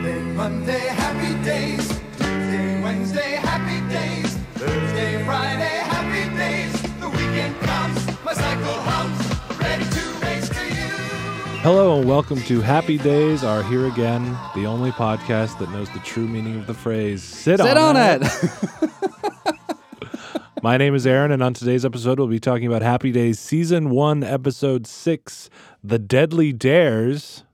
Monday, happy days. Tuesday, Wednesday, happy days. Thursday, Friday, happy days. The weekend comes, my cycle hums, ready to race to you. Hello and welcome to Happy Days Are Here Again, the only podcast that knows the true meaning of the phrase sit, Sit on it. My name is Aaron, and on today's episode, we'll be talking about Happy Days Season 1, Episode 6, The Deadly Dares.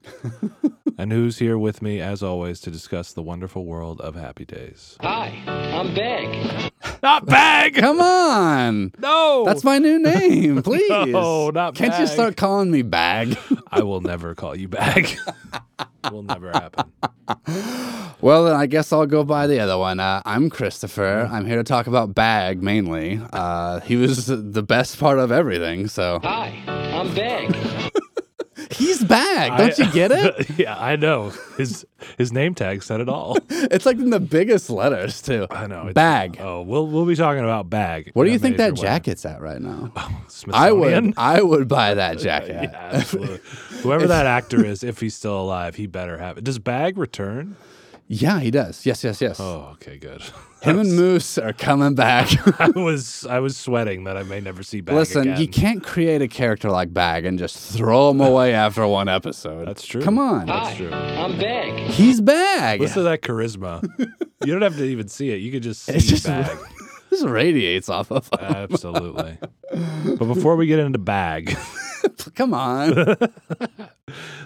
and who's here with me, as always, to discuss the wonderful world of Happy Days? Hi, I'm Beg. Not Bag! Come on. No! That's my new name, please. No, not Can't you Bag. start calling me Bag? I will never call you Bag. will never happen. well, then I guess I'll go by the other one. Uh, I'm Christopher. I'm here to talk about Bag mainly. Uh, he was the best part of everything, so Hi, I'm Beg. he's Bag. Don't I- you get it? yeah, I know. His his name tag said it all. It's like in the biggest letters too. I know. it's- Bag. Oh, we'll we'll be talking about bag. What do in you a think major that way. jacket's at right now? I Smithsonian? would, I would buy that jacket. Yeah, absolutely. Whoever that actor is, if he's still alive, he better have it. Does Bag return? Yeah, he does. Yes, yes, yes. Oh, okay, good. Him and Moose are coming back. I was I was sweating that I may never see Bag Listen, again. you can't create a character like Bag and just throw him away after one episode. That's true. Come on. Hi, true. I'm Beg. He's Bag. Listen to that charisma. you don't have to even see it. You could just see It's just- Bag. This radiates off of him. Absolutely. but before we get into Bag. Come on.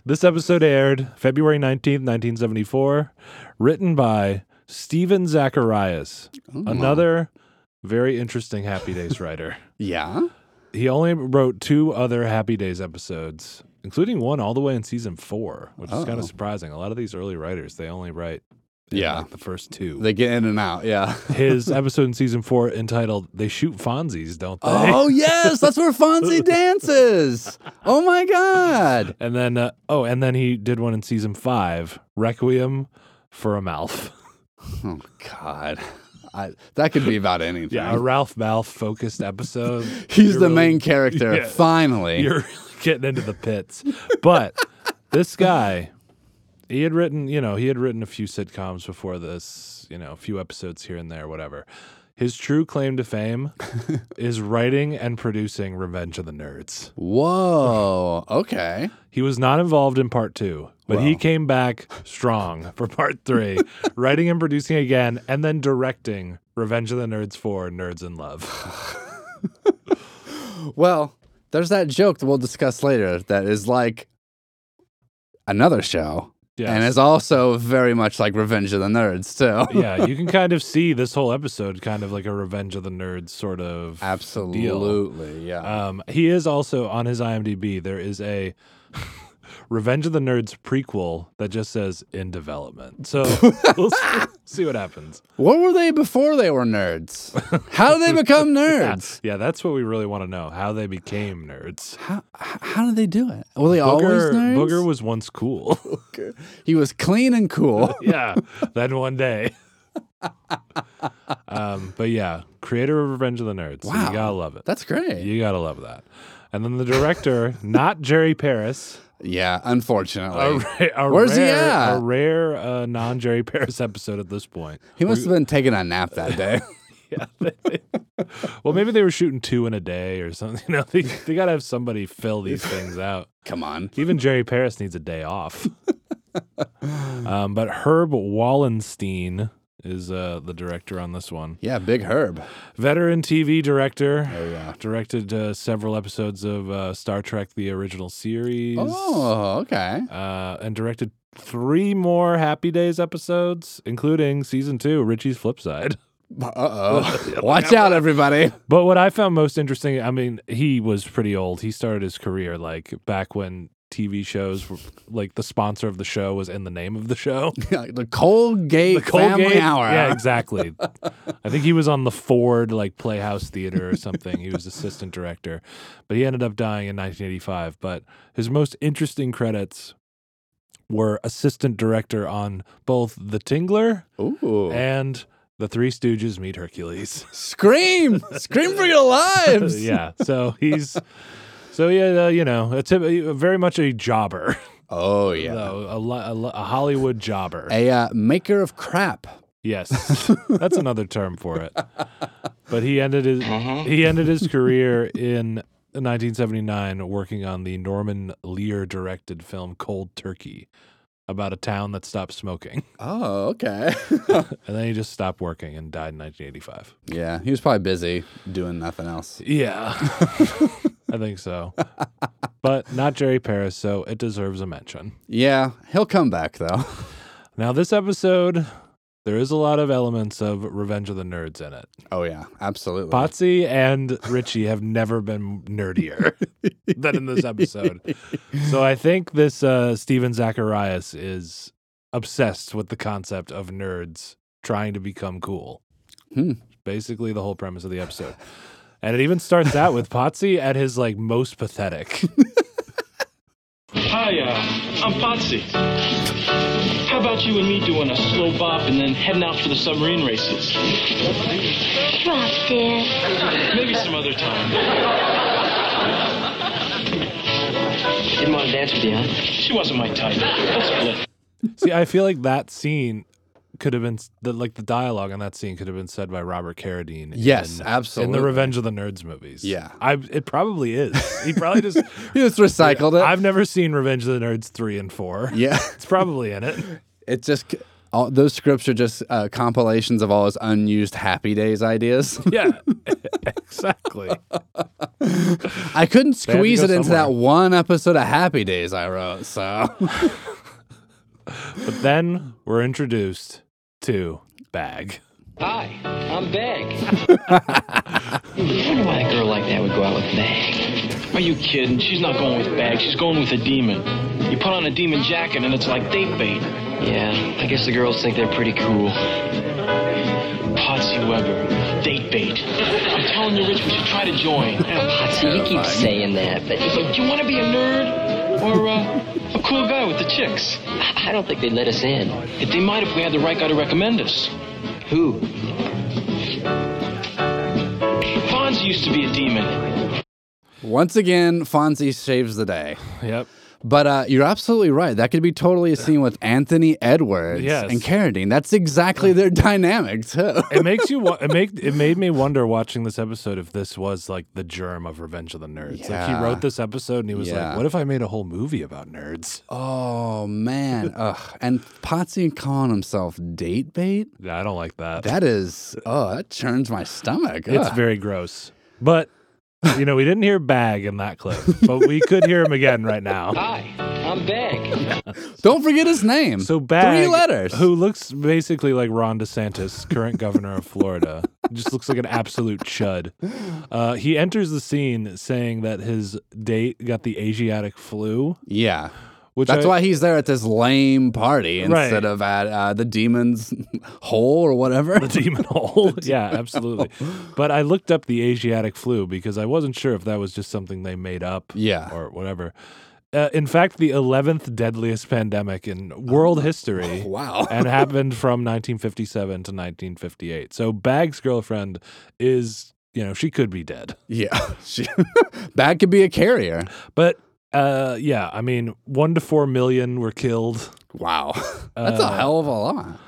This episode aired February 19th, 1974, written by Stephen Zacharias, another very interesting Happy Days writer. yeah. He only wrote two other Happy Days episodes, including one all the way in season four, which is Oh. kind of surprising. A lot of these early writers, they only write in, Yeah. like, the first two. They get in and out. Yeah. His episode in season four entitled They Shoot Fonzies, Don't They? Oh, yes. That's where Fonzie dances. Oh, my God. And then, uh, oh, and then he did one in season five Requiem for a Mouth. Oh, God. I, that could be about anything. Yeah, a Ralph Balf focused episode. He's You're the really- main character, yeah. finally. You're really getting into the pits. But this guy, he had written, you know, he had written a few sitcoms before this, you know, a few episodes here and there, whatever. His true claim to fame is writing and producing Revenge of the Nerds. Whoa. Okay. He was not involved in part two, but he Wow. came back strong for part three, writing and producing again, and then directing Revenge of the Nerds 4 Nerds in Love. Well, there's that joke that we'll discuss later that is like another show. And Yes. is also very much like Revenge of the Nerds, too. yeah, you can kind of see this whole episode kind of like a Revenge of the Nerds sort of. Absolutely. Yeah. Um, he is also on his IMDb. There is a Revenge of the Nerds prequel that just says in development. So we'll see, see what happens. what were they before they were nerds? How did they become Yeah, nerds? yeah, that's what we really want to know how they became nerds. How, h- how did they do it? Were they always Booger, nerds? Booger was once cool. He was clean and cool. yeah, then one day. um, but yeah, creator of Revenge of the Nerds. So Wow. you gotta love it. That's great. You gotta love that. And then the director, not Jerry Paris. Yeah, unfortunately. A, ra- a Where's he rare, at? A rare uh, non Jerry Paris episode at this point. he must have been taking a nap that day. Well, maybe they were shooting two in a day or something. You know, they, they gotta have somebody fill these things out. Come on. Even Jerry Paris needs a day off. um, but Herb Wallenstein is uh, the director on this one. Yeah, Big Herb. Veteran TV director. Oh, yeah. Directed uh, several episodes of uh, Star Trek, the original series. Oh, okay. uh, and directed three more Happy Days episodes, including season two, Richie's Flipside. Uh oh. Watch out, everybody. But what I found most interesting, I mean, he was pretty old. He started his career like back when TV shows were like the sponsor of the show was in the name of the show. the Colgate The Colgate Family Hour. Yeah, exactly. I think he was on the Ford like Playhouse Theater or something. He was assistant director, but he ended up dying in 1985. But his most interesting credits were assistant director on both The Tingler Ooh. and The Three Stooges Meet Hercules. Scream! Scream for your lives! yeah, so he's so yeah, uh, you know, uh, a typ- very much a jobber. Oh yeah. though, a, li- a, li- a Hollywood jobber. A uh, maker of crap. Yes, that's another term for it. But he ended his he ended his career in 1979 working on the Norman Lear directed film Cold Turkey about a town that stopped smoking, Oh, okay. and then he just stopped working and died in 1985. yeah, he was probably busy doing nothing else. Yeah, I think so. But not Jerry Paris, so it deserves a mention. Yeah, he'll come back though. Now this episode, there is a lot of elements of Revenge of the Nerds in it. Oh yeah, absolutely. Potsy and Richie have never been nerdier than in this episode. So I think this uh, Steven Zacharias is obsessed with the concept of nerds trying to become cool. Hmm. Basically, the whole premise of the episode. And it even starts out with Potsy at his like most pathetic. Hi, uh, I'm Potsy. How about you and me doing a slow bop and then heading out for the submarine races? Drop dead. Maybe some other time. Didn't want to dance with you, huh? She wasn't my type. Let's split. See, I feel like that scene could have been the, like the dialogue on that scene could have been said by Robert Carradine. Yes, in, absolutely. In the Revenge of the Nerds movies. Yeah. I it probably is. He probably just. He just recycled it. I've never seen Revenge of the Nerds three and four. yeah, It's probably in it. it just all those scripts are just uh, compilations of all his unused Happy Days ideas. Yeah, exactly. I couldn't had to squeeze go it into somewhere. that one episode of Happy Days I wrote, so But then we're introduced to Bag. Hi, I'm Bag. I wonder why a girl like that would go out with Bag. Are you kidding? She's not going with Bag. She's going with a demon. You put on a demon jacket and it's like date bait. Yeah, I guess the girls think they're pretty cool. Potsy Weber, date bait. I'm telling you, Rich, we should try to join. So you keep saying that, but Do you want to be a nerd or uh, a cool guy with the chicks? I don't think they let us in. If they might, if we had the right guy to recommend us. Who? Fonzie used to be a demon. once again, Fonzie saves the day. Yep. But uh, you're absolutely right. That could be totally a scene with Anthony Edwards Yes. and Carradine. That's exactly their dynamic too. It makes you. Wa- it make it made me wonder watching this episode if this was like the germ of Revenge of the Nerds. Like Yeah. he wrote this episode and he was Yeah. like, "What if I made a whole movie about nerds?" Oh man, Ugh. and Potsy calling himself date bait. Yeah, I don't like that. That is, oh, that churns my stomach. it's Ugh. very gross. But you know, we didn't hear bag in that clip, but we could hear him again right now. Hi, I'm Bag. Don't forget his name. So bag, three letters. Who looks basically like Ron DeSantis, current governor of Florida, just looks like an absolute chud. Uh, he enters the scene saying that his date got the Asiatic flu, Yeah, which that's I- why he's there at this lame party Right. instead of at uh, the demon's hole or whatever. the demon hole. yeah, absolutely. But I looked up the Asiatic flu because I wasn't sure if that was just something they made up Yeah. or whatever. Uh, in fact, the 11th deadliest pandemic in world history. Wow. and happened from 1957 to 1958. So Bag's girlfriend is, you know, she could be dead. yeah, She- that could be a carrier. But uh, yeah, I mean, one to four million were killed. Wow, that's a Uh, hell of a lot.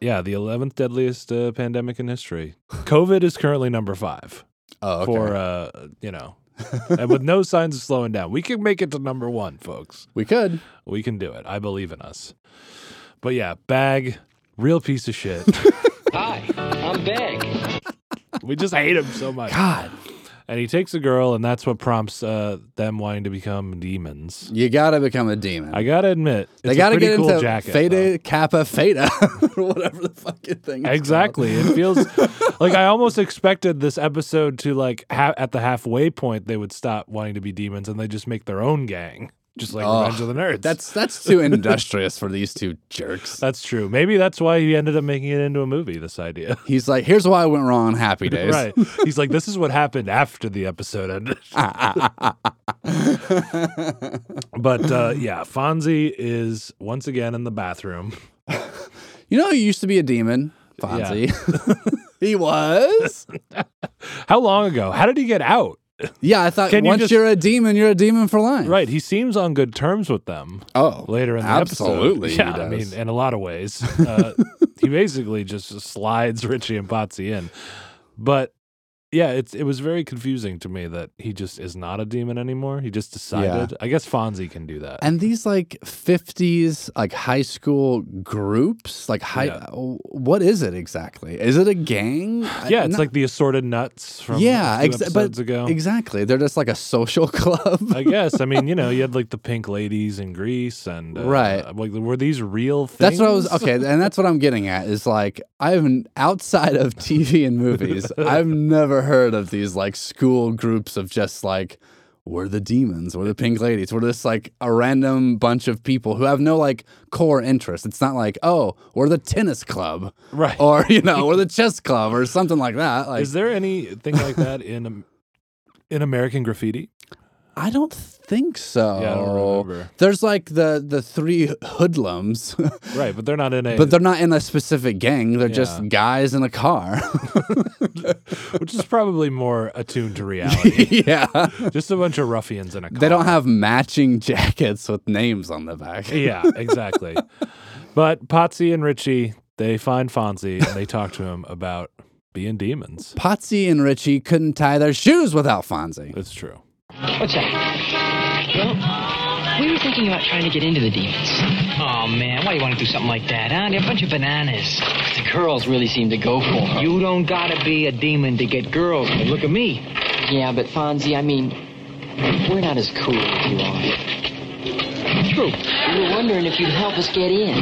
Yeah, the 11th deadliest uh, pandemic in history. COVID is currently number five. Oh, okay. for uh you know and with no signs of slowing down we can make it to number one folks we could. we can do it i believe in us but yeah bag real piece of shit Hi, I'm Bag. we just hate him so much God, and he takes a girl and that's what prompts uh them wanting to become demons you gotta become a demon. i gotta admit it's they gotta a pretty get cool into jacket Theta though. Kappa Theta, or whatever the fucking thing. is Exactly. It feels like I almost expected this episode to like ha- at the halfway point they would stop wanting to be demons and they just make their own gang, just like Oh, Revenge of the Nerds. That's that's too industrious for these two jerks. That's true. Maybe that's why he ended up making it into a movie, this idea. He's like, here's why I went wrong on Happy Days. Right. He's like, this is what happened after the episode ended. but uh, yeah, Fonzie is once again in the bathroom. You know, he used to be a demon, Fonzie. he was. How long ago? How did he get out? Yeah, I thought Can you once you just- are a demon, you're a demon for life. Right. He seems on good terms with them. Oh, later in the absolutely episode. he Yeah, I does. mean, in a lot of ways, uh, he basically just slides Richie and Potsy in. But yeah, it's it was very confusing to me that he just is not a demon anymore. He just decided. I guess Fonzie can do that. And these like 50s like high school groups, like high Yeah. what is it exactly? Is it a gang? I- yeah, it's uh, no- like the assorted nuts from Yeah, yeah, a few exa- episodes but ago. exactly. They're just like a social club. I guess. I mean, you know, you had like the pink ladies in Greece, and uh, Right. Like, were these real things? That's what I was okay, and that's what I'm getting at is like I've outside of TV and movies, I've never heard of these like school groups of just like we're the demons, we're the pink ladies, we're just like a random bunch of people who have no like core interest. It's not like oh we're the tennis club, Right. Or you know we're the chess club or something like that. Like Is there anything like that in um, in American graffiti? I don't think so. Yeah, I don't remember. There's like the the three hoodlums. Right, but they're not in a. But they're not in a specific gang. They're Yeah. just guys in a car. which is probably more attuned to reality. yeah. Just a bunch of ruffians in a car. They don't have matching jackets with names on the back. Yeah, exactly. but Potsy and Richie, they find Fonzie and they talk to him about being demons. Potsy and Richie couldn't tie their shoes without Fonzie. It's true. What's that? Well, we were thinking about trying to get into the demons. Oh, man, why do you want to do something like that, huh? They're a bunch of bananas. The girls really seem to go for it. You don't gotta be a demon to get girls. Look at me. Yeah, but Fonzie, I mean, we're not as cool as you are. True. We were wondering if you'd help us get in.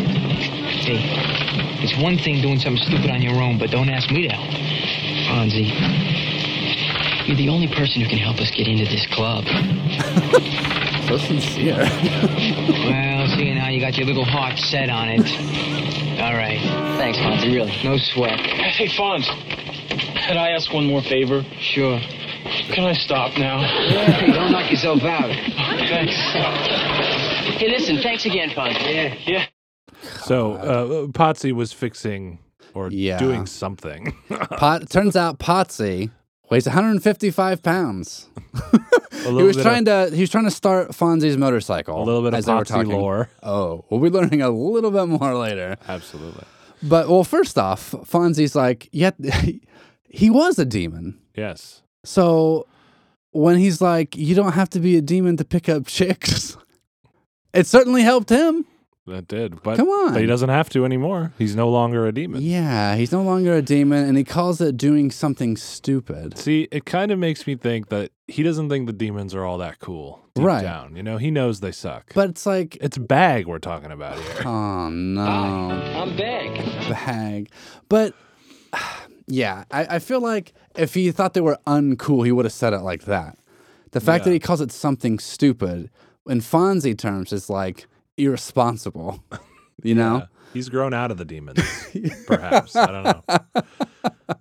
Hey, it's one thing doing something stupid on your own, but don't ask me to help. Fonzie, you're the only person who can help us get into this club. So sincere. Well, seeing how you got your little heart set on it. All right. Thanks, Fonzie, really. No sweat. Hey, Fonz, can I ask one more favor? Sure. Can I stop now? Hey, don't knock yourself out. Thanks. Hey, listen, thanks again, Fonzie. Yeah. Yeah. So uh, Potsy was fixing or Yeah. doing something. Pot, turns out Potsy weighs 155 pounds. a He was trying to he was trying to start Fonzie's motorcycle. a little bit of as they were Potsy talking. lore. Oh, we'll be learning a little bit more later. Absolutely. But well, first off, Fonzie's like, yet he was a demon. Yes. So when he's like, you don't have to be a demon to pick up chicks, it certainly helped him. That did, but Come on. but he doesn't have to anymore. He's no longer a demon. Yeah, he's no longer a demon and he calls it doing something stupid. See, it kind of makes me think that he doesn't think the demons are all that cool deep Right. down. You know, he knows they suck. But it's like, it's bag we're talking about here. oh no, I'm back. bag. But yeah, I, I feel like if he thought they were uncool, he would have said it like that. The fact that Yeah. he calls it something stupid in Fonzie terms is like irresponsible, you know? He's grown out of the demons, perhaps. I don't know.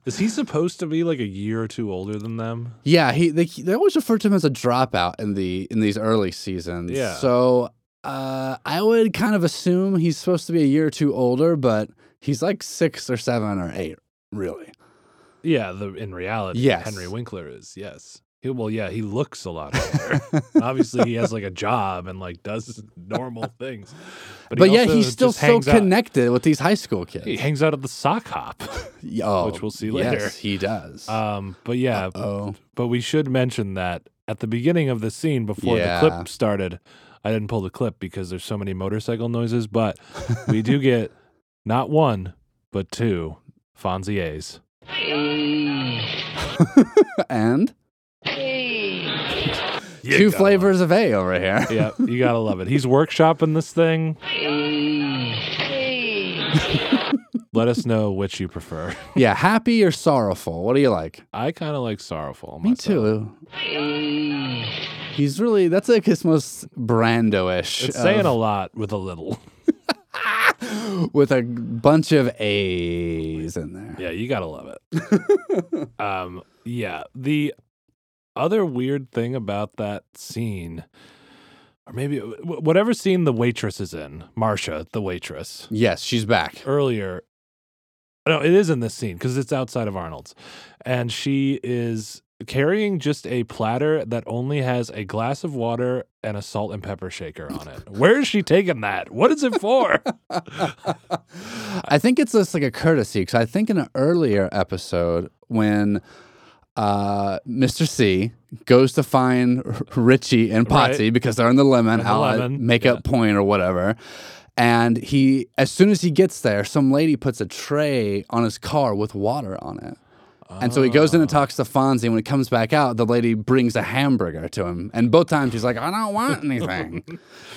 Is he supposed to be like a year or two older than them? Yeah, he they, they always refer to him as a dropout in the in these early seasons. Yeah. So uh, I would kind of assume he's supposed to be a year or two older, but he's like six or seven or eight, really. Yeah, the in reality, Yes. Henry Winkler is yes. He, well, yeah, he looks a lot older. Obviously, he has like a job and like does normal things. But, he yeah, also he's still just so hangs out- connected with these high school kids. He hangs out at the sock hop. Y- oh, which we'll see later. Yes, he does. Um, but yeah, oh, But we should mention that at the beginning of the scene before Yeah. the clip started, I didn't pull the clip because there's so many motorcycle noises, but we do get not one, but two Fonzier's. and two flavors of A over here. Yeah, you gotta love it. He's workshopping this thing. Let us know which you prefer. yeah, happy or sorrowful? What do you like? I kind of like sorrowful. Me myself. too. He's really that's like his most Brando-ish. It's of- saying a lot with a little. with a bunch of A's in there. Yeah, you gotta love it. um, yeah. The other weird thing about that scene, or maybe uh, wh- whatever scene the waitress is in, Marsha, the waitress, Yes, she's back. earlier. No, it is in this scene because it's outside of Arnold's, and she is carrying just a platter that only has a glass of water and a salt and pepper shaker on it. Where is she taking that? What is it for? I think it's just like a courtesy because I think in an earlier episode when uh, Mr. C goes to find R- Richie and Potsy Right. because they're in the lemon, the how I lemon, make up point or whatever. And he, as soon as he gets there, some lady puts a tray on his car with water on it. And so he goes in and talks to Fonzie. And when he comes back out, the lady brings a hamburger to him. And both times he's like, I don't want anything.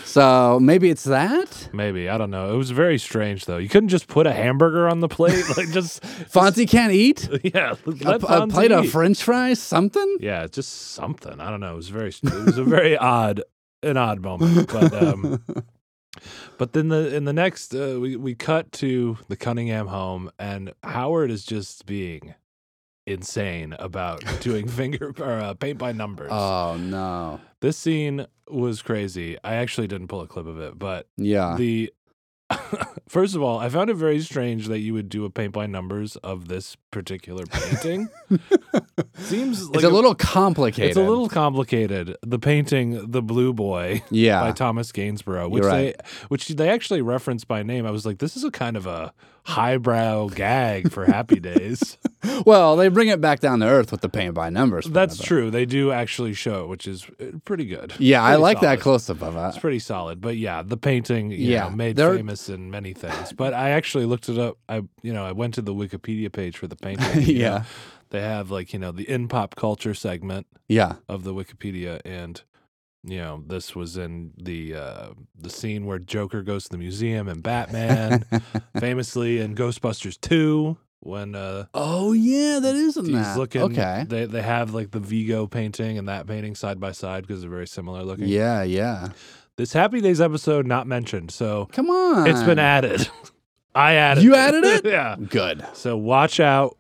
so maybe it's that? Maybe. I don't know. It was very strange, though. You couldn't just put a hamburger on the plate. Like, just, Fonzie can't eat? yeah. A, Let a Fonzie plate of eat. french fries? Something? yeah, just something. I don't know. It was very, it was a very odd, an odd moment. But um, but then the in the next uh, we we cut to the Cunningham home, and Howard is just being insane about doing finger or uh, paint by numbers. Oh, no. this scene was crazy. I actually didn't pull a clip of it, but Yeah. the first of all, I found it very strange that you would do a paint by numbers of this particular painting. Seems like it's a little complicated. it's a little complicated. The painting, "The Blue Boy" Yeah. by Thomas Gainsborough, which You're right. they which they actually reference by name. I was like, this is a kind of a highbrow gag for Happy Days. Well, they bring it back down to earth with the paint by numbers. part That's of it. true. They do actually show it, which is uh, pretty good. Yeah, I Pretty like that solid. close up of It's it. pretty solid, but yeah, the painting, Yeah, yeah, made they're- famous in many things. But I actually looked it up. I, you know, I went to the Wikipedia page for the painting. you know. Yeah. they have like you know the in pop culture segment, Yeah. of the Wikipedia, and you know this was in the uh, the scene where Joker goes to the museum and Batman, famously in Ghostbusters two when uh, Oh yeah, that isn't he's that. looking. Ah, okay. they they have like the Vigo painting and that painting side by side because they're very similar looking. Yeah, yeah. This Happy Days episode not mentioned, so Come on. it's been added. I added. You added it? yeah. good. So watch out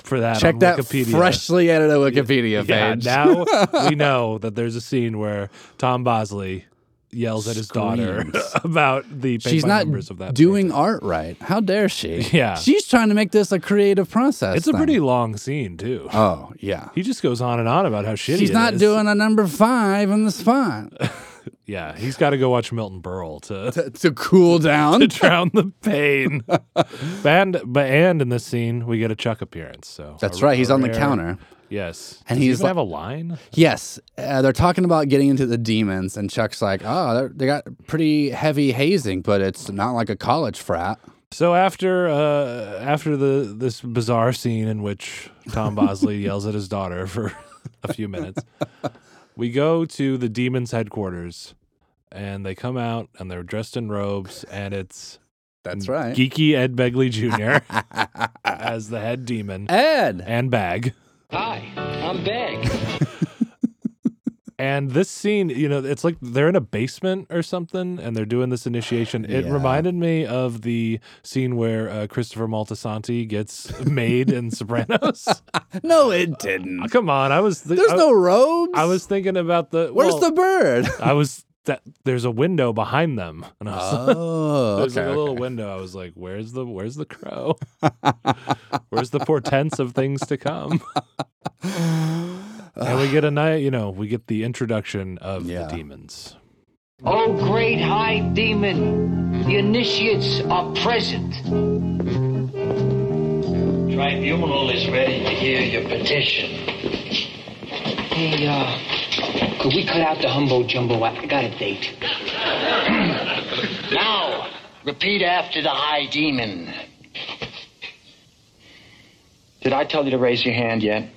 for that. Check on that Wikipedia. freshly edited Wikipedia Yeah, page. now we know that there's a scene where Tom Bosley yells at his daughter Screams. about the paint She's by not numbers of that doing painting. art right. How dare she? Yeah. She's trying to make this a creative process. It's a thing. pretty long scene too. Oh yeah. He just goes on and on about how shitty. She's it not is. doing a number five in this font Yeah, he's got to go watch Milton Berle to to, to cool down. to drown the pain. and but and in this scene we get a Chuck appearance. So That's a- right. He's a on the rare- counter. Yes, And Does he he's even like- have a line. Yes, uh, they're talking about getting into the demons, and Chuck's like, "Oh, they're- they got pretty heavy hazing, but it's not like a college frat." So after uh, after the this bizarre scene in which Tom Bosley yells at his daughter for a few minutes, we go to the demons' headquarters, and they come out and they're dressed in robes, and it's That's Mm, right. geeky Ed Begley Jr. as the head demon Ed. and Bag. Hi, I'm Bag. And this scene, you know, it's like they're in a basement or something, and they're doing this initiation. It Yeah. reminded me of the scene where uh, Christopher Maltasanti gets made in Sopranos. No, it didn't. Oh, come on, I was. Th- There's I, no robes. I was thinking about the. Where's well, the bird? I was that. There's a window behind them, and I was. Oh, there's okay, like a little okay. window. I was like, "Where's the Where's the crow? where's the portents of things to come?" and we get a night. You know, we get the introduction of Yeah. the demons. Oh, great high demon, the initiates are present. Tribunal is ready to hear your petition. Hey, uh, could we cut out the humbo jumbo? I I got a date. Now, repeat after the high demon. Did I tell you to raise your hand yet?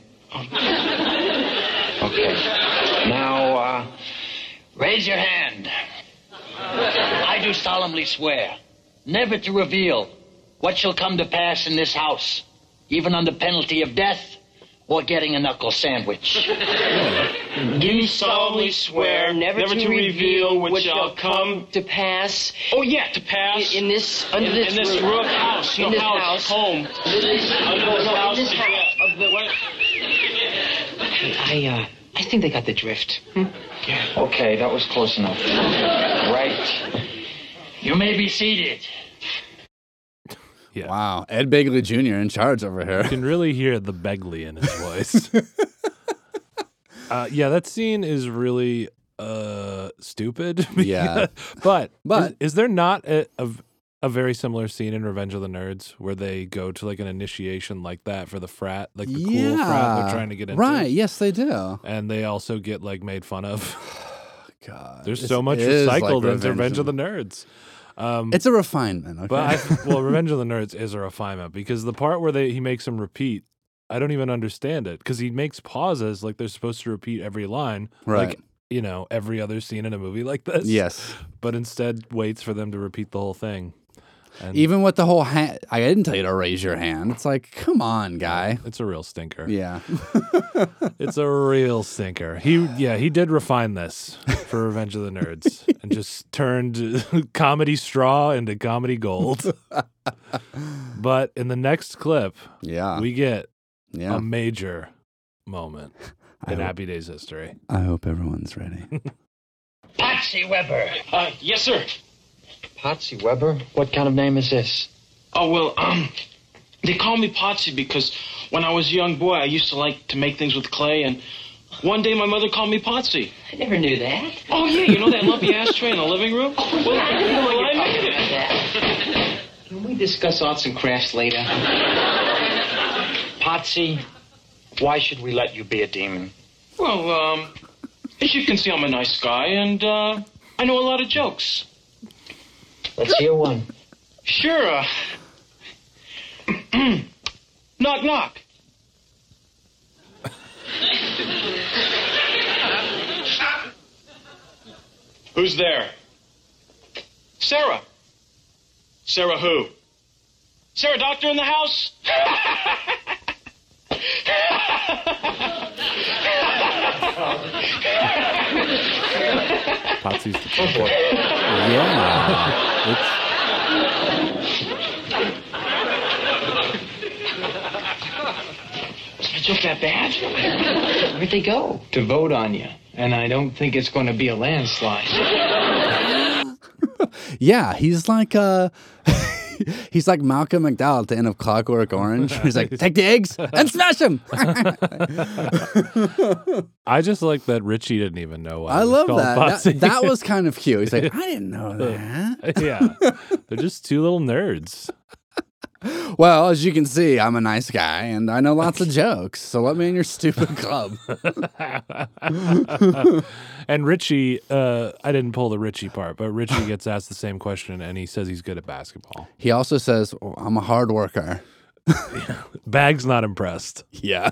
Okay. Now, uh, raise your hand. I do solemnly swear never to reveal what shall come to pass in this house, even under penalty of death or getting a knuckle sandwich. Do solemnly swear never, to, reveal what shall come to pass oh yeah to pass in this under in, this, in this roof, roof house in your this house, house. home under this house, this house yeah. of the what? I uh, I think they got the drift. Okay, that was close enough. Right. You may be seated. Wow, Ed Begley Jr. in charge over here. You can really hear the Begley in his voice. Uh, yeah, that scene is really uh, stupid. Yeah. but But- is, is there not a, a a very similar scene in Revenge of the Nerds where they go to like an initiation like that for the frat, like the cool frat they're trying to get into, Oh Right. Yes, they do. And they also get like made fun of. God, There's it's- so much it is like recycled into Revenge of the Nerds. Um, It's a refinement. Okay. But I, well, Revenge of the Nerds is a refinement because the part where they he makes them repeat, I don't even understand it because he makes pauses like they're supposed to repeat every line, Right. like you know every other scene in a movie like this. yes. but instead waits for them to repeat the whole thing. And Even with the whole hand, I didn't tell you to raise your hand. It's like, come Oh, on, guy. it's a real stinker. Yeah. It's a real stinker. He yeah he did refine this for Revenge of the Nerds and just turned comedy straw into comedy gold. but in the next clip, Yeah. we um, get yeah. a major moment I in hope- Happy Days history. I hope everyone's ready. Patsy Weber. Uh, yes, sir. Patsy Weber? What kind of name is this? Oh, well, um, they call me Potsy because when I was a young boy, I used to like to make things with clay, and one day my mother called me Potsy. I never knew that. Oh, Oh, yeah, you know that lumpy ashtray in the living room? Well, well, I made it. Can we discuss arts and crafts later? Patsy, why should we let you be a demon? Well, um, as you can see, I'm a nice guy, and, uh, I know a lot of jokes. Let's hear one. Sure. Uh, knock, knock. Who's there? Sarah. Sarah who? Sarah, doctor in the house? Patsy's the champ. yeah. It's- Is that joke that bad? Where'd they go? To vote on you. And I don't think it's going to be a landslide. Yeah, he's like uh he's like Malcolm McDowell at the end of Clockwork Orange. He's like, take the eggs and smash them. I just like that Richie didn't even know why. I it was love called Uh. that. Patsy. that. That was kind of cute. He's like, I didn't know that. yeah. They're just two little nerds. Well, as you can see, I'm a nice guy and I know lots of jokes. So let me in your stupid club. And Richie, uh, I didn't pull the Richie part, but Richie gets asked the same question and he says he's good at basketball. He also says, "Oh, I'm a hard worker. Bag's not impressed. Yeah.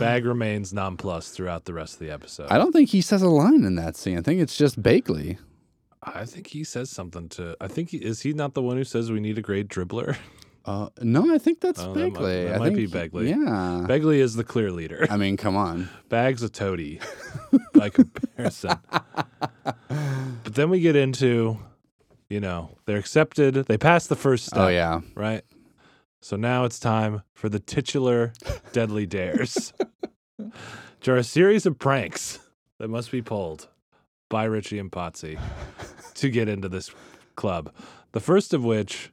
Bag remains nonplussed throughout the rest of the episode. I don't think he says a line in that scene. I think it's just Bakley. I think he says something to. I think he, is he not the one who says we need a great dribbler? Uh, no, I think that's Oh, that might- Bakley. that I might be think- Bagley. Yeah. Begley is the clear leader. I mean, come on. Bag's a toady by comparison. but then we get into, you know, they're accepted. They pass the first step. Oh, yeah. Right? So now it's time for the titular Deadly Dares, which are a series of pranks that must be pulled by Richie and Potsy to get into this club. The first of which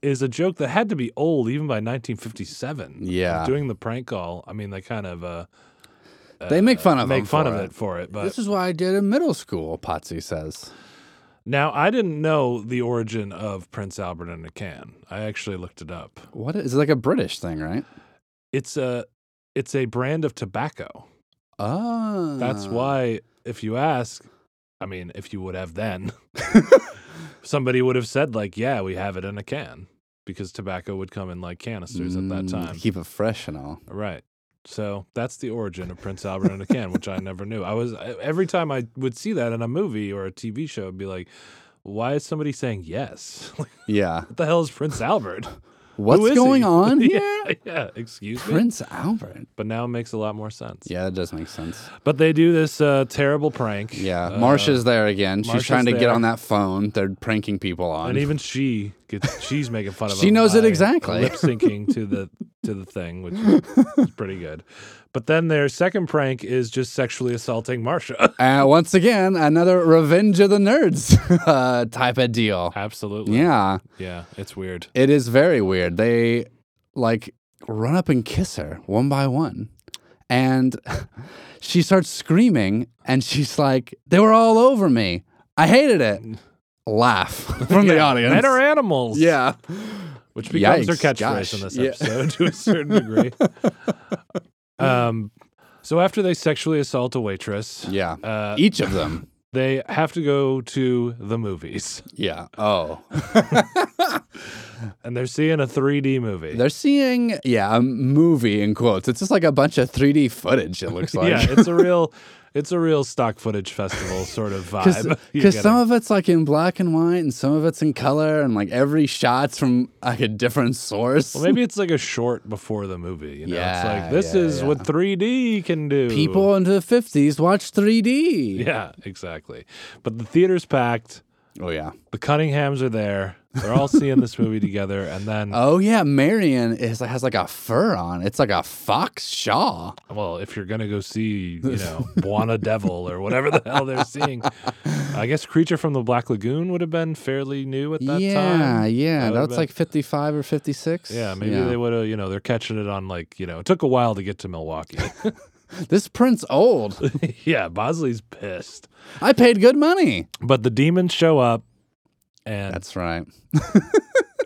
is a joke that had to be old even by 1957. Yeah. Doing the prank call, I mean, they kind of uh, They make fun of him make fun for of it. it. for it. But This is what I did in middle school, Potsy says. now I didn't know the origin of Prince Albert and a can. I actually looked it up. What is it's like a British thing, right? It's a it's a brand of tobacco. Oh. That's why if you ask, I mean, if you would have then, somebody would have said like, "Yeah, we have it in a can." Because tobacco would come in like canisters at that Mm, time. Keep it fresh and all. Right. So that's the origin of Prince Albert in a can, which I never knew. I was e, every time I would see that in a movie or a TV show, I'd be like, "Why is somebody saying yes? Like, Yeah. what the hell is Prince Albert? What's Who is going he?" on here? yeah, yeah, excuse me. Prince Albert. But now it makes a lot more sense. Yeah, that does make sense. But they do this uh, terrible prank. Yeah. uh, Marsha's there again. She's Marsha's trying to get there. on that phone. They're pranking people on. and even she gets she's making fun of She him knows it by exactly. lip syncing to the to the thing which is, is pretty good but then their second prank is just sexually assaulting Marsha. uh, once again, another Revenge of the Nerds uh, type of deal. absolutely Yeah. Yeah, it's weird. It is very weird. They like run up and kiss her one by one. and she starts screaming and she's like, "They were all over me. I hated it." Laugh from the audience. Men are animals. Yeah. Which becomes their Yikes, catchphrase gosh. in this Yeah. episode to a certain degree. um, so after they sexually assault a waitress, Yeah. uh, Each of them. they have to go to the movies Yeah. Oh. and they're seeing a 3D movie. They're seeing, yeah, a movie in quotes. It's just like a bunch of 3D footage, it looks like. yeah, it's a real, it's a real stock footage festival sort of vibe. You Because get some it. of it's like in black and white and some of it's in color and like every shot's from like a different source. well, maybe it's like a short before the movie. You know, it's Yeah, like this yeah, is what 3D can do. People into the 50s watch 3D. Yeah, exactly. But the theater's packed. Oh, yeah. The Cunninghams are there. They're all seeing this movie together, and then, Oh, yeah. Marion is, has like a fur on. It's like a fox shaw. well, if you're gonna go see, you know, Buona Devil or whatever the hell they're seeing, I guess Creature from the Black Lagoon would have been fairly new at that yeah, time. yeah. That would've That's been- like 55 or 56. Yeah, maybe they would have, you know, they're catching it on like, you know, it took a while to get to Milwaukee. This print's old. yeah, Bosley's pissed. I paid good money. But the demons show up and That's right.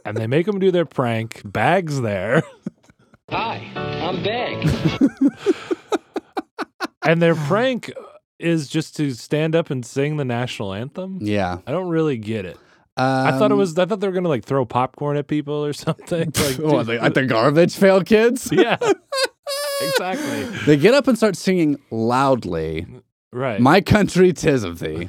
and they make them do their prank. Bags there. Hi, I'm Bag. And their prank is just to stand up and sing the national anthem. Yeah. I don't really get it. I thought it Um, was I thought they were going to like throw popcorn at people or something. Like, What, dude, the, like the garbage pail kids? yeah. exactly. they get up and start singing loudly, Right. My Country Tis of Thee.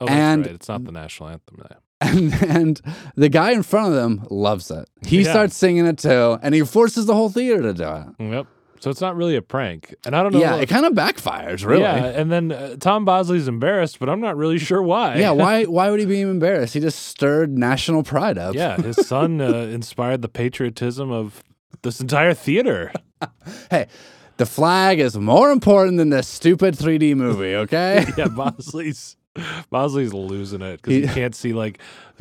oh, that's and- right. it's not the national anthem. no. And, and the guy in front of them loves it. He Yeah. starts singing it too, and he forces the whole theater to do it. Yep. So it's not really a prank. And I don't know yeah, if- it kind of backfires, really. Yeah, Yeah. and then uh, Tom Bosley's embarrassed, but I'm not really sure why. why why would he be embarrassed? He just stirred national pride up. yeah, his son uh, inspired the patriotism of this entire theater. Hey, the flag is more important than this stupid 3D movie, okay? Yeah, Bosley's Bosley's losing it because he He- can't see like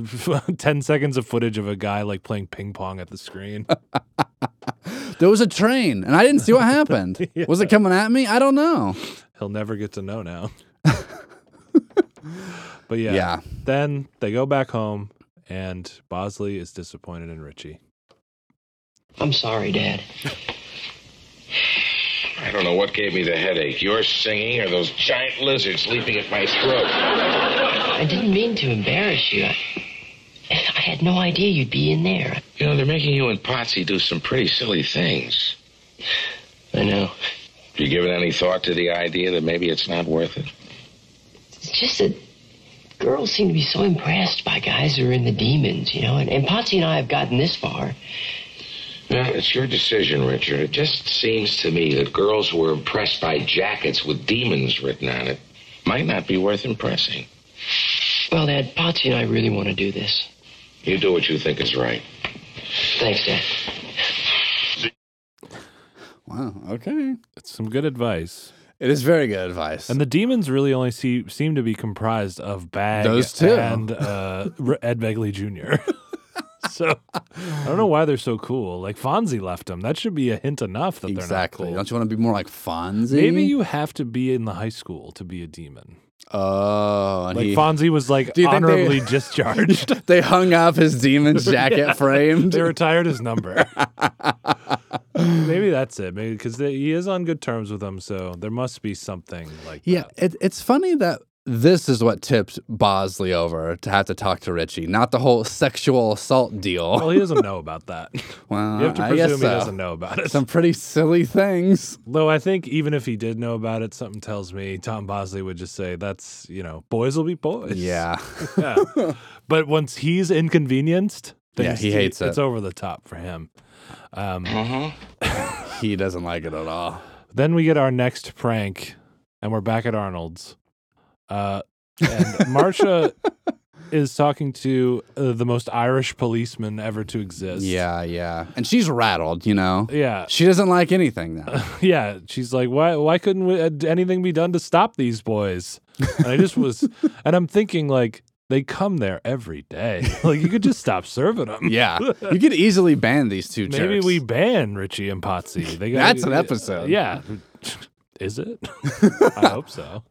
ten seconds of footage of a guy like playing ping pong at the screen. there was a train, and I didn't see what happened. Was it coming at me? I don't know. He'll never get to know now. but yeah, Yeah. then they go back home, and Bosley is disappointed in Richie. I'm sorry, Dad. I don't know what gave me the headache. Your singing or those giant lizards leaping at my throat. I didn't mean to embarrass you. I, I had no idea you'd be in there. You know, they're making you and Potsy do some pretty silly things. I know. You given any thought to the idea that maybe it's not worth it? It's just that girls seem to be so impressed by guys who are in the demons, you know. And, and Potsy and I have gotten this far. No, it's your decision, Richard. It just seems to me that girls who are impressed by jackets with demons written on it might not be worth impressing. Well, Dad, Potsy and I really want to do this. You do what you think is right. Thanks, Dad. Wow, okay. It's some good advice. It is very good advice. And the demons really only see, seem to be comprised of Bag Those two. and uh, R- Ed Begley Jr. so I don't know why they're so cool. Like Fonzie left them. That should be a hint enough that exactly. they're not Don't cool. you want to be more like Fonzie? Maybe you have to be in the high school to be a demon. Oh, and Like he, Fonzie was like Do you think they- honorably discharged. they hung up his demon's jacket framed. they retired his number. Maybe that's it. Maybe because he is on good terms with them, so there must be something like Yeah, that. it, it's funny that this is what tipped Bosley over to have to talk to Richie, not the whole sexual assault deal. Well, he doesn't know about that. Well, you have to I presume guess he so. doesn't know about it. Some pretty silly things. Though I think even if he did know about it, something tells me Tom Bosley would just say, "That's you know, boys will be boys." Yeah. Yeah. but once he's inconvenienced, Yeah, things- he hates It's it. over the top for him. he doesn't like it at all. Then we get our next prank, and we're back at Arnold's. Uh, and Marsha is talking to uh, the most Irish policeman ever to exist. Yeah, yeah. And she's rattled, you know. Yeah. She doesn't like anything now. Yeah, she's like, why? Why couldn't we, uh, anything be done to stop these boys? And I just was, and I'm thinking like, they come there every day. Like you could just stop serving them. yeah. You could easily ban these two Maybe jerks. we ban Richie and Potsy. They gotta- uh, That's an episode. Yeah, Is it? I hope so.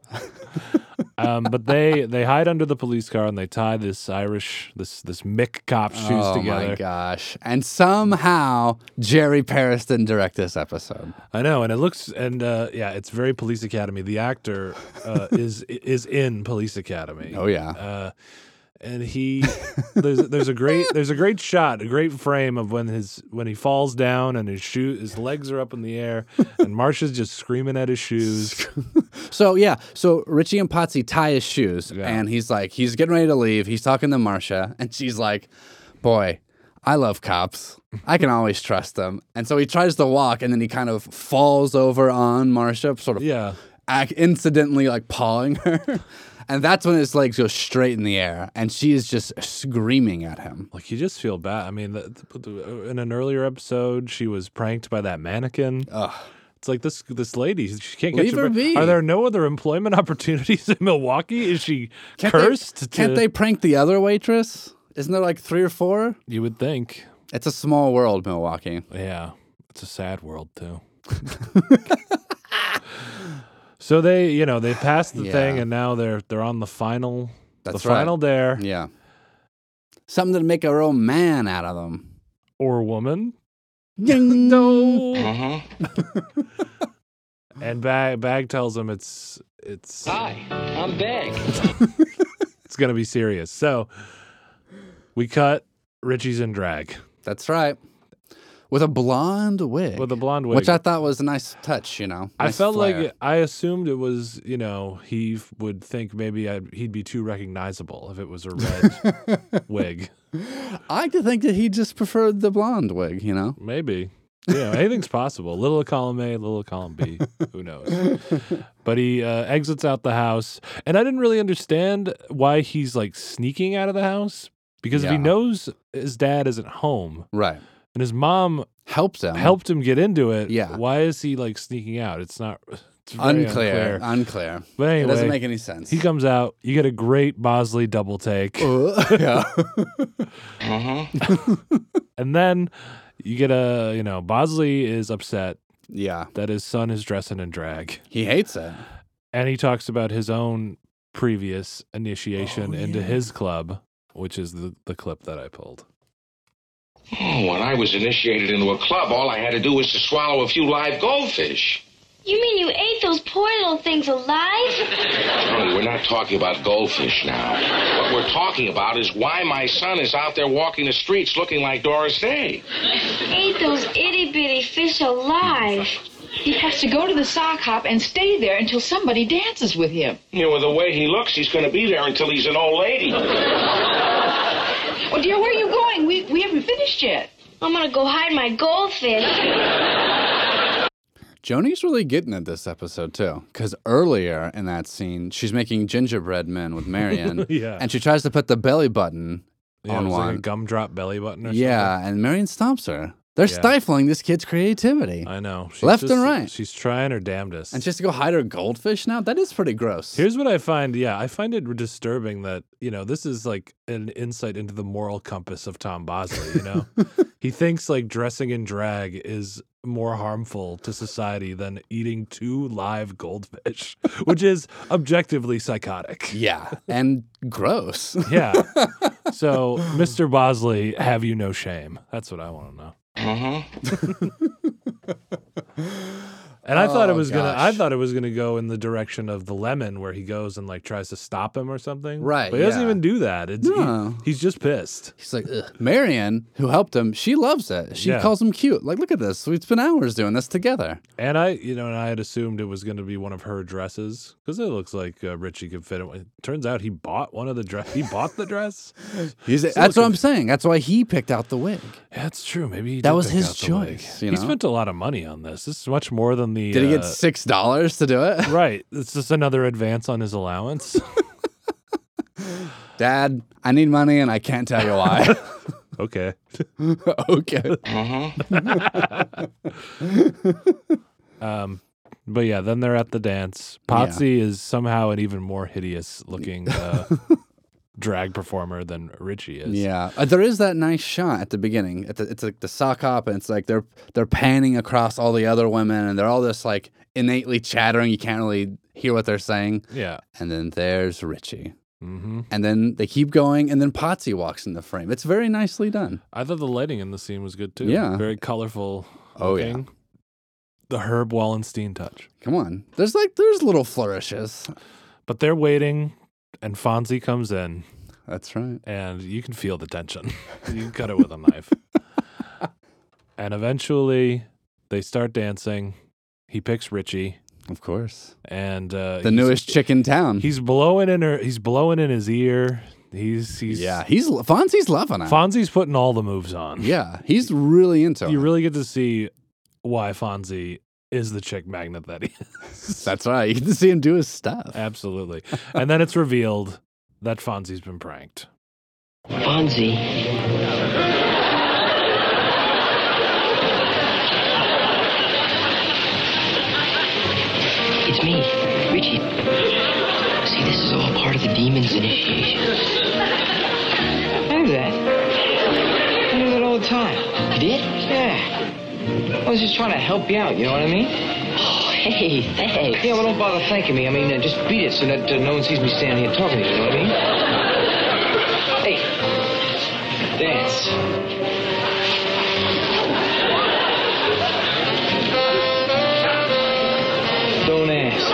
Um, but they they hide under the police car and they tie this Irish this this Mick cop shoes oh together. my gosh! And somehow Jerry Paris didn't direct this episode. I know, and it looks and uh, yeah, it's very Police Academy. The actor uh, is is in Police Academy. Oh yeah, uh, and he there's there's a great there's a great shot, a great frame of when his when he falls down and his shoe his legs are up in the air and Marsha's just screaming at his shoes. So yeah, so Richie and Patsy tie his shoes, and he's like, he's getting ready to leave. He's talking to Marcia, and she's like, "Boy, I love cops. I can always trust them." And so he tries to walk, and then he kind of falls over on Marcia, sort of Yeah. ac- incidentally like pawing her, and that's when his legs go straight in the air, and she is just screaming at him. Like you just feel bad. I mean, the, the- uh, in an earlier episode, she was pranked by that mannequin. It's like this this lady. She can't Leave get your- her be. Are there no other employment opportunities in Milwaukee? Is she they- cursed? can't to- they prank the other waitress? Isn't there like three or four? You would think. It's a small world, Milwaukee. Yeah, it's a sad world too. so they, you know, they passed the thing, Yeah. and now they're they're on the final. That's the right. final dare Yeah. Something to make a real man out of them. or woman, no. Uh-huh. and Bag Bag tells him it's it's Hi, I'm Bag. it's gonna be serious. So we cut Richie's in drag That's right. With a blonde wig. with a blonde wig, Which I thought was a nice touch, you know. I Nice felt flair. like it, I assumed it was, you know, he f- would think maybe I'd, he'd be too recognizable if it was a red wig. I like to think that he just preferred the blonde wig, you know. Maybe. Yeah, anything's possible. Little column A, little column B. Who knows? But he uh, exits out the house, and I didn't really understand why he's like sneaking out of the house because if he Yeah. knows his dad isn't home Right. and his mom Helps him. helped him get into it, Mm. Yeah. why is he like sneaking out? It's not it's very Unclear. Unclear. But It anyway, doesn't make any sense. he comes out. You get a great Bosley double take, yeah. and then you get a you know Bosley is upset yeah. that his son is dressing in drag. He hates it. and he talks about his own previous initiation into his club, which is the, the clip that I pulled. Oh, when I was initiated into a club, all I had to do was to swallow a few live goldfish. You mean you ate those poor little things alive? Tony, we're not talking about goldfish now. What we're talking about is why my son is out there walking the streets looking like Doris Day. Ate those itty bitty fish alive? He has to go to the sock hop and stay there until somebody dances with him. You know, with the way he looks, he's going to be there until he's an old lady. Well, dear, where are you going? We, we haven't finished yet. I'm gonna go hide my goldfish. Joni's really getting it this episode too, because earlier in that scene, she's making gingerbread men with Marion, Yeah. and she tries to put the belly button Yeah, on it's one. like a gumdrop belly button or yeah, and Marion stomps her. They're stifling this kid's creativity, something. I know. She's Left and just- right. She's trying her damnedest. and she has to go hide her goldfish now. That is pretty gross. Here's what I find. Yeah, I find it disturbing that, you know, this is like an insight into the moral compass of Tom Bosley, you know? he thinks like dressing in drag is more harmful to society than eating two live goldfish, which is objectively psychotic. yeah, and gross. Yeah. So, Mr. Bosley, have you no shame? That's what I want to know. Uh-huh. And I thought it Oh, was gonna. I gosh. thought it was gonna go in the direction of the lemon, where he goes and like tries to stop him or something. Right, But he doesn't yeah. even do that. It's, he- No. he's just pissed. She's like, Ugh. Marion, who helped him, she loves it. She Yeah. calls him cute. Like, look at this. We've spent hours doing this together. And I, you know, and I had assumed it was going to be one of her dresses because it looks like uh, Richie could fit it. It turns out he bought one of the dress. He bought the dress. He's, that's what I'm saying. That's why he picked out the wig. Yeah, that's true. Maybe he That did was pick his out the wig. choice, you He know? spent a lot of money on this. This is much more than the. Did he get uh, six dollars to do it? right? It's just another advance on his allowance. Dad, I need money and I can't tell you why. okay. okay. Um, but yeah, then they're at the dance. Potsy is somehow an even more hideous looking uh, drag performer than Richie is. Yeah. Uh, there is that nice shot at the beginning. At the, it's like the sock hop and it's like they're they're panning across all the other women and they're all this like innately chattering. You can't really hear what they're saying. Yeah. And then there's Richie. Mm-hmm. And then they keep going, and then Potsy walks in the frame. It's very nicely done. I thought the lighting in the scene was good too. Yeah. Very colorful. Oh, yeah. looking. The Herb Wallenstein touch. Come on. There's like there's little flourishes. But they're waiting, and Fonzie comes in, That's right. and you can feel the tension. you can cut it with a knife. and eventually, they start dancing. He picks Richie, Of course. and uh, The he's- newest chick in town. He's blowing in her. He's blowing in his ear. He's he's yeah, he's Fonzie's loving it. Fonzie's putting all the moves on. yeah, he's really into you it. really get to see why Fonzie is the chick magnet that he is. That's right. You get to see him do his stuff. Absolutely. and then it's revealed that Fonzie's been pranked. Fonzie. It's me, Richie. See, this is all part of the demon's initiation. I knew that. I knew that all the time. You did? Yeah. I was just trying to help you out, you know what I mean? Oh, hey, thanks. Yeah, well, don't bother thanking me. I mean, uh, just beat it so that uh, no one sees me standing here talking to you, you know what I mean? Hey, dance. Don't ask.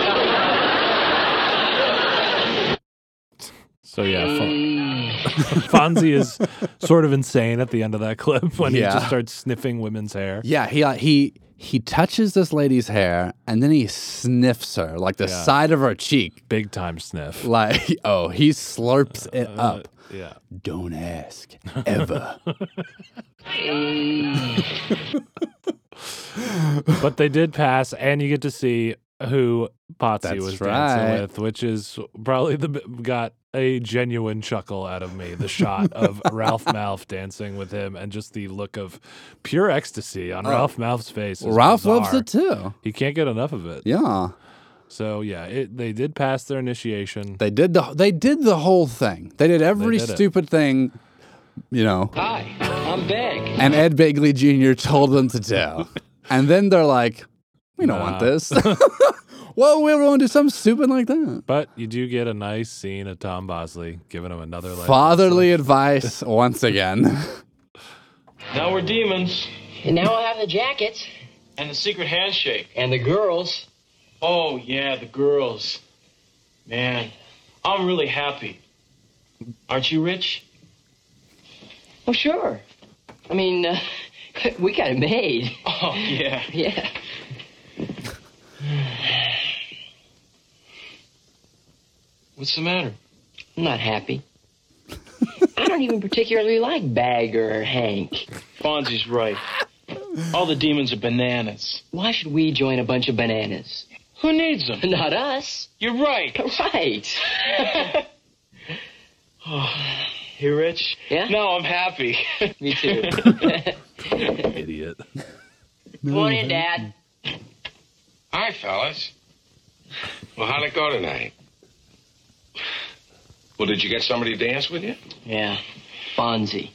So yeah, Fon- Mm. Fonzie is sort of insane at the end of that clip when he Yeah. just starts sniffing women's hair. Yeah, he uh, he he touches this lady's hair and then he sniffs her like the Yeah. side of her cheek. Big time sniff. Like oh, he slurps it Uh, up. Yeah. Don't ask ever. But they did pass, and you get to see who Potsy That's was right. dancing with, which is probably the b- got a genuine chuckle out of me. The shot of Ralph Malph dancing with him, and just the look of pure ecstasy on Ralph Malph's face. is Ralph loves bizarre. it too. He can't get enough of it. Yeah, So yeah, it, they did pass their initiation. they did the they did the whole thing. They did every did it. stupid thing, you know. Hi, I'm Beck. And Ed Begley Jr. told them to do. and then they're like, we don't want Nah. this. well, we're going to do something stupid like that. But you do get a nice scene of Tom Bosley giving him another leg. Fatherly advice once again. Now we're demons. And now I'll have the jackets And the secret handshake. and the girls. Oh, yeah, the girls. Man, I'm really happy. Aren't you rich? Well, Oh, sure. I mean, uh, we got it made. Oh, yeah. Yeah. What's the matter? I'm not happy. I don't even particularly like Bag or Hank. Fonzie's right. All the demons are bananas. Why should we join a bunch of bananas? Who needs them? Not us. You're right. Right. You rich? Yeah? No, I'm happy. Me too. idiot. Come on in, Mm-hmm. Dad. Hi, fellas. Well, how'd it go tonight? Well, did you get somebody to dance with you? Yeah. Fonzie.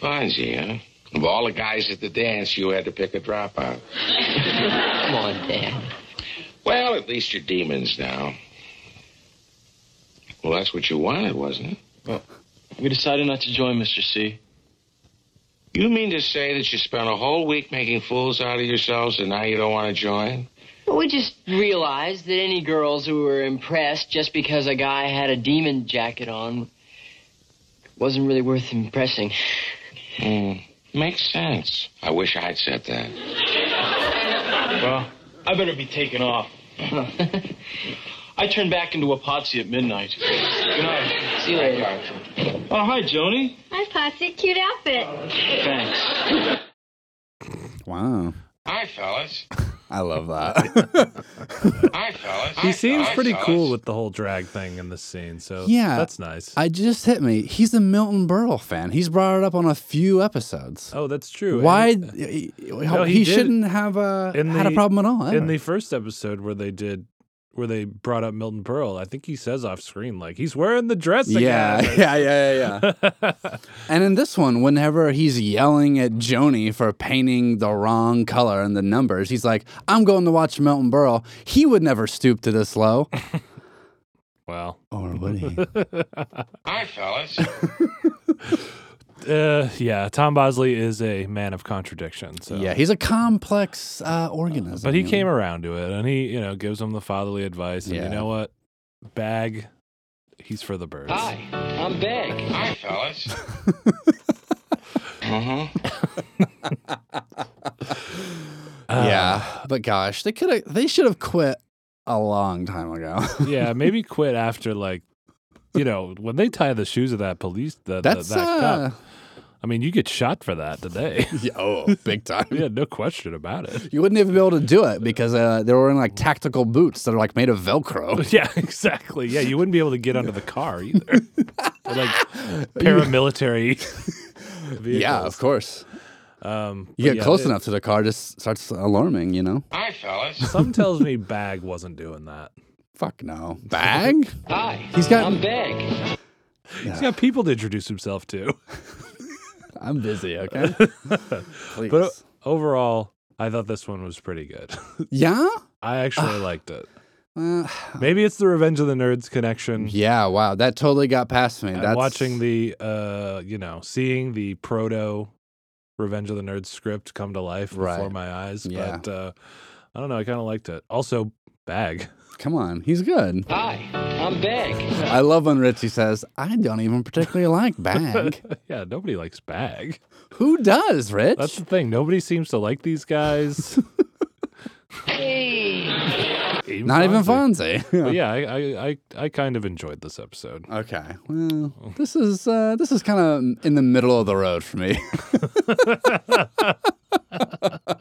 Fonzie, huh? Of all the guys at the dance, you had to pick a dropout. Come on, Dad. Well, at least you're demons now. Well, that's what you wanted, wasn't it? we decided not to join Mr. C. You mean to say that you spent a whole week making fools out of yourselves and now you don't want to join? Well, we just realized that any girls who were impressed just because a guy had a demon jacket on wasn't really worth impressing. Hmm. Makes sense. I wish I'd said that. Well, I better be taken off. I turned back into a Potsy at midnight. Good night. See you later. Oh, hi, Joni. Hi, Potsy. Cute outfit. Thanks. wow. Hi, fellas. I love that. Hi, fellas. He Hi, seems fellas. pretty Fellas. cool with the whole drag thing in this scene. So Yeah. that's nice. I just hit me. He's a Milton Berle fan. He's brought it up on a few episodes. oh, that's true. Why And- he, he did. shouldn't have uh, in had the- a problem at all. in ever. the first episode where they did where they brought up Milton Pearl, I think he says off screen like he's wearing the dress Yeah, again. yeah, yeah, yeah, yeah. and in this one, whenever he's yelling at Joni for painting the wrong color and the numbers, he's like, "I'm going to watch Milton Berle. He would never stoop to this low." Well, or would he? Hi, fellas. uh, yeah, Tom Bosley is a man of contradiction. So yeah, he's a complex uh, organism. but he you came around to it, and he you know gives him the fatherly advice. And Yeah. you know what, bag, he's for the birds. Hi, I'm Bag. Hi, fellas. Mm-hmm. Uh, know? yeah, Um, but gosh, they could have. They should have quit a long time ago. yeah, maybe quit after like, you know, when they tie the shoes of that police, the, That's, the, that uh, cop. I mean, you get shot for that today. Yeah, oh, big time. yeah, no question about it. You wouldn't even be able to do it because uh, they were in like tactical boots that are like made of Velcro. Yeah, exactly. Yeah, you wouldn't be able to get under the car either. They're like paramilitary. Yeah, of course. Um, You but get yeah, close it- enough to the car, just starts alarming. You know? Hi, fellas. Some tells me Bag wasn't doing that. Fuck no. Bag? Hi, He's got. I'm Bag. He's got people to introduce himself to. I'm busy. Okay. Please. But uh, o- overall, I thought this one was pretty good. yeah. I actually liked it. Uh, Maybe it's the Revenge of the Nerds connection. yeah. Wow. That totally got past me. and That's watching the uh you know seeing the proto revenge of the nerds script come to life before Right. my eyes Yeah. but uh i don't know i kind of liked it also bag Come on. He's good. Hi, I'm Bag. I love when Richie says, "I don't even particularly like Bag." yeah nobody likes bag Who does, Rich? that's the thing nobody seems to like these guys Even Not even Fonzie. Fonzie. But yeah I, I i i kind of enjoyed this episode Okay. Well, this is uh, this is kind of in the middle of the road for me.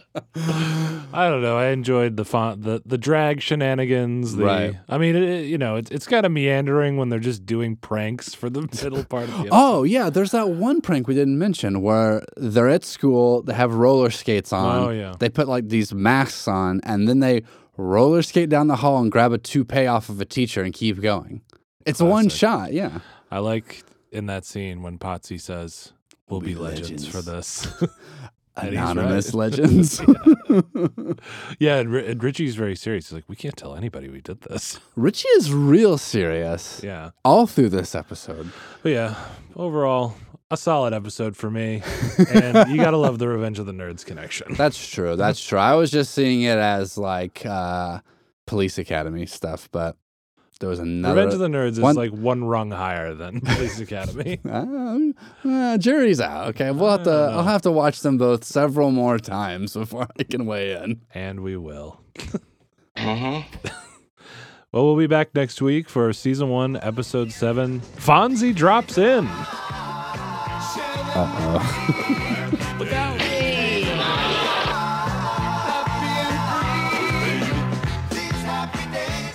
i don't know i enjoyed the font the the drag shenanigans the Right. i mean it- it, you know it's, it's kind of meandering when they're just doing pranks for the middle part of the oh yeah, there's that one prank we didn't mention where they're at school, they have roller skates on. Oh, yeah. They put like these masks on, and then they roller skate down the hall and grab a toupee off of a teacher and keep going. It's one Classic. shot. Yeah. I like in that scene when Potsy says, "We'll be, be legends. for this." And he's Anonymous right. legends. yeah, and, Ri- and Richie's very serious. He's like, "We can't tell anybody we did this." Richie is real serious Yeah, all through this episode. but yeah. Overall, a solid episode for me, and you gotta love the Revenge of the Nerds connection. That's true. That's true. I was just seeing it as like uh, police academy stuff, but there was another. Revenge of the Nerds is one- like one rung higher than Police Academy. Uh, uh, jury's out. Okay, we'll have to. I don't I'll know. have to watch them both several more times before I can weigh in. And we will. Mhm. Well, we'll be back next week for season one, episode seven. Fonzie drops in. Happy and free. These happy days.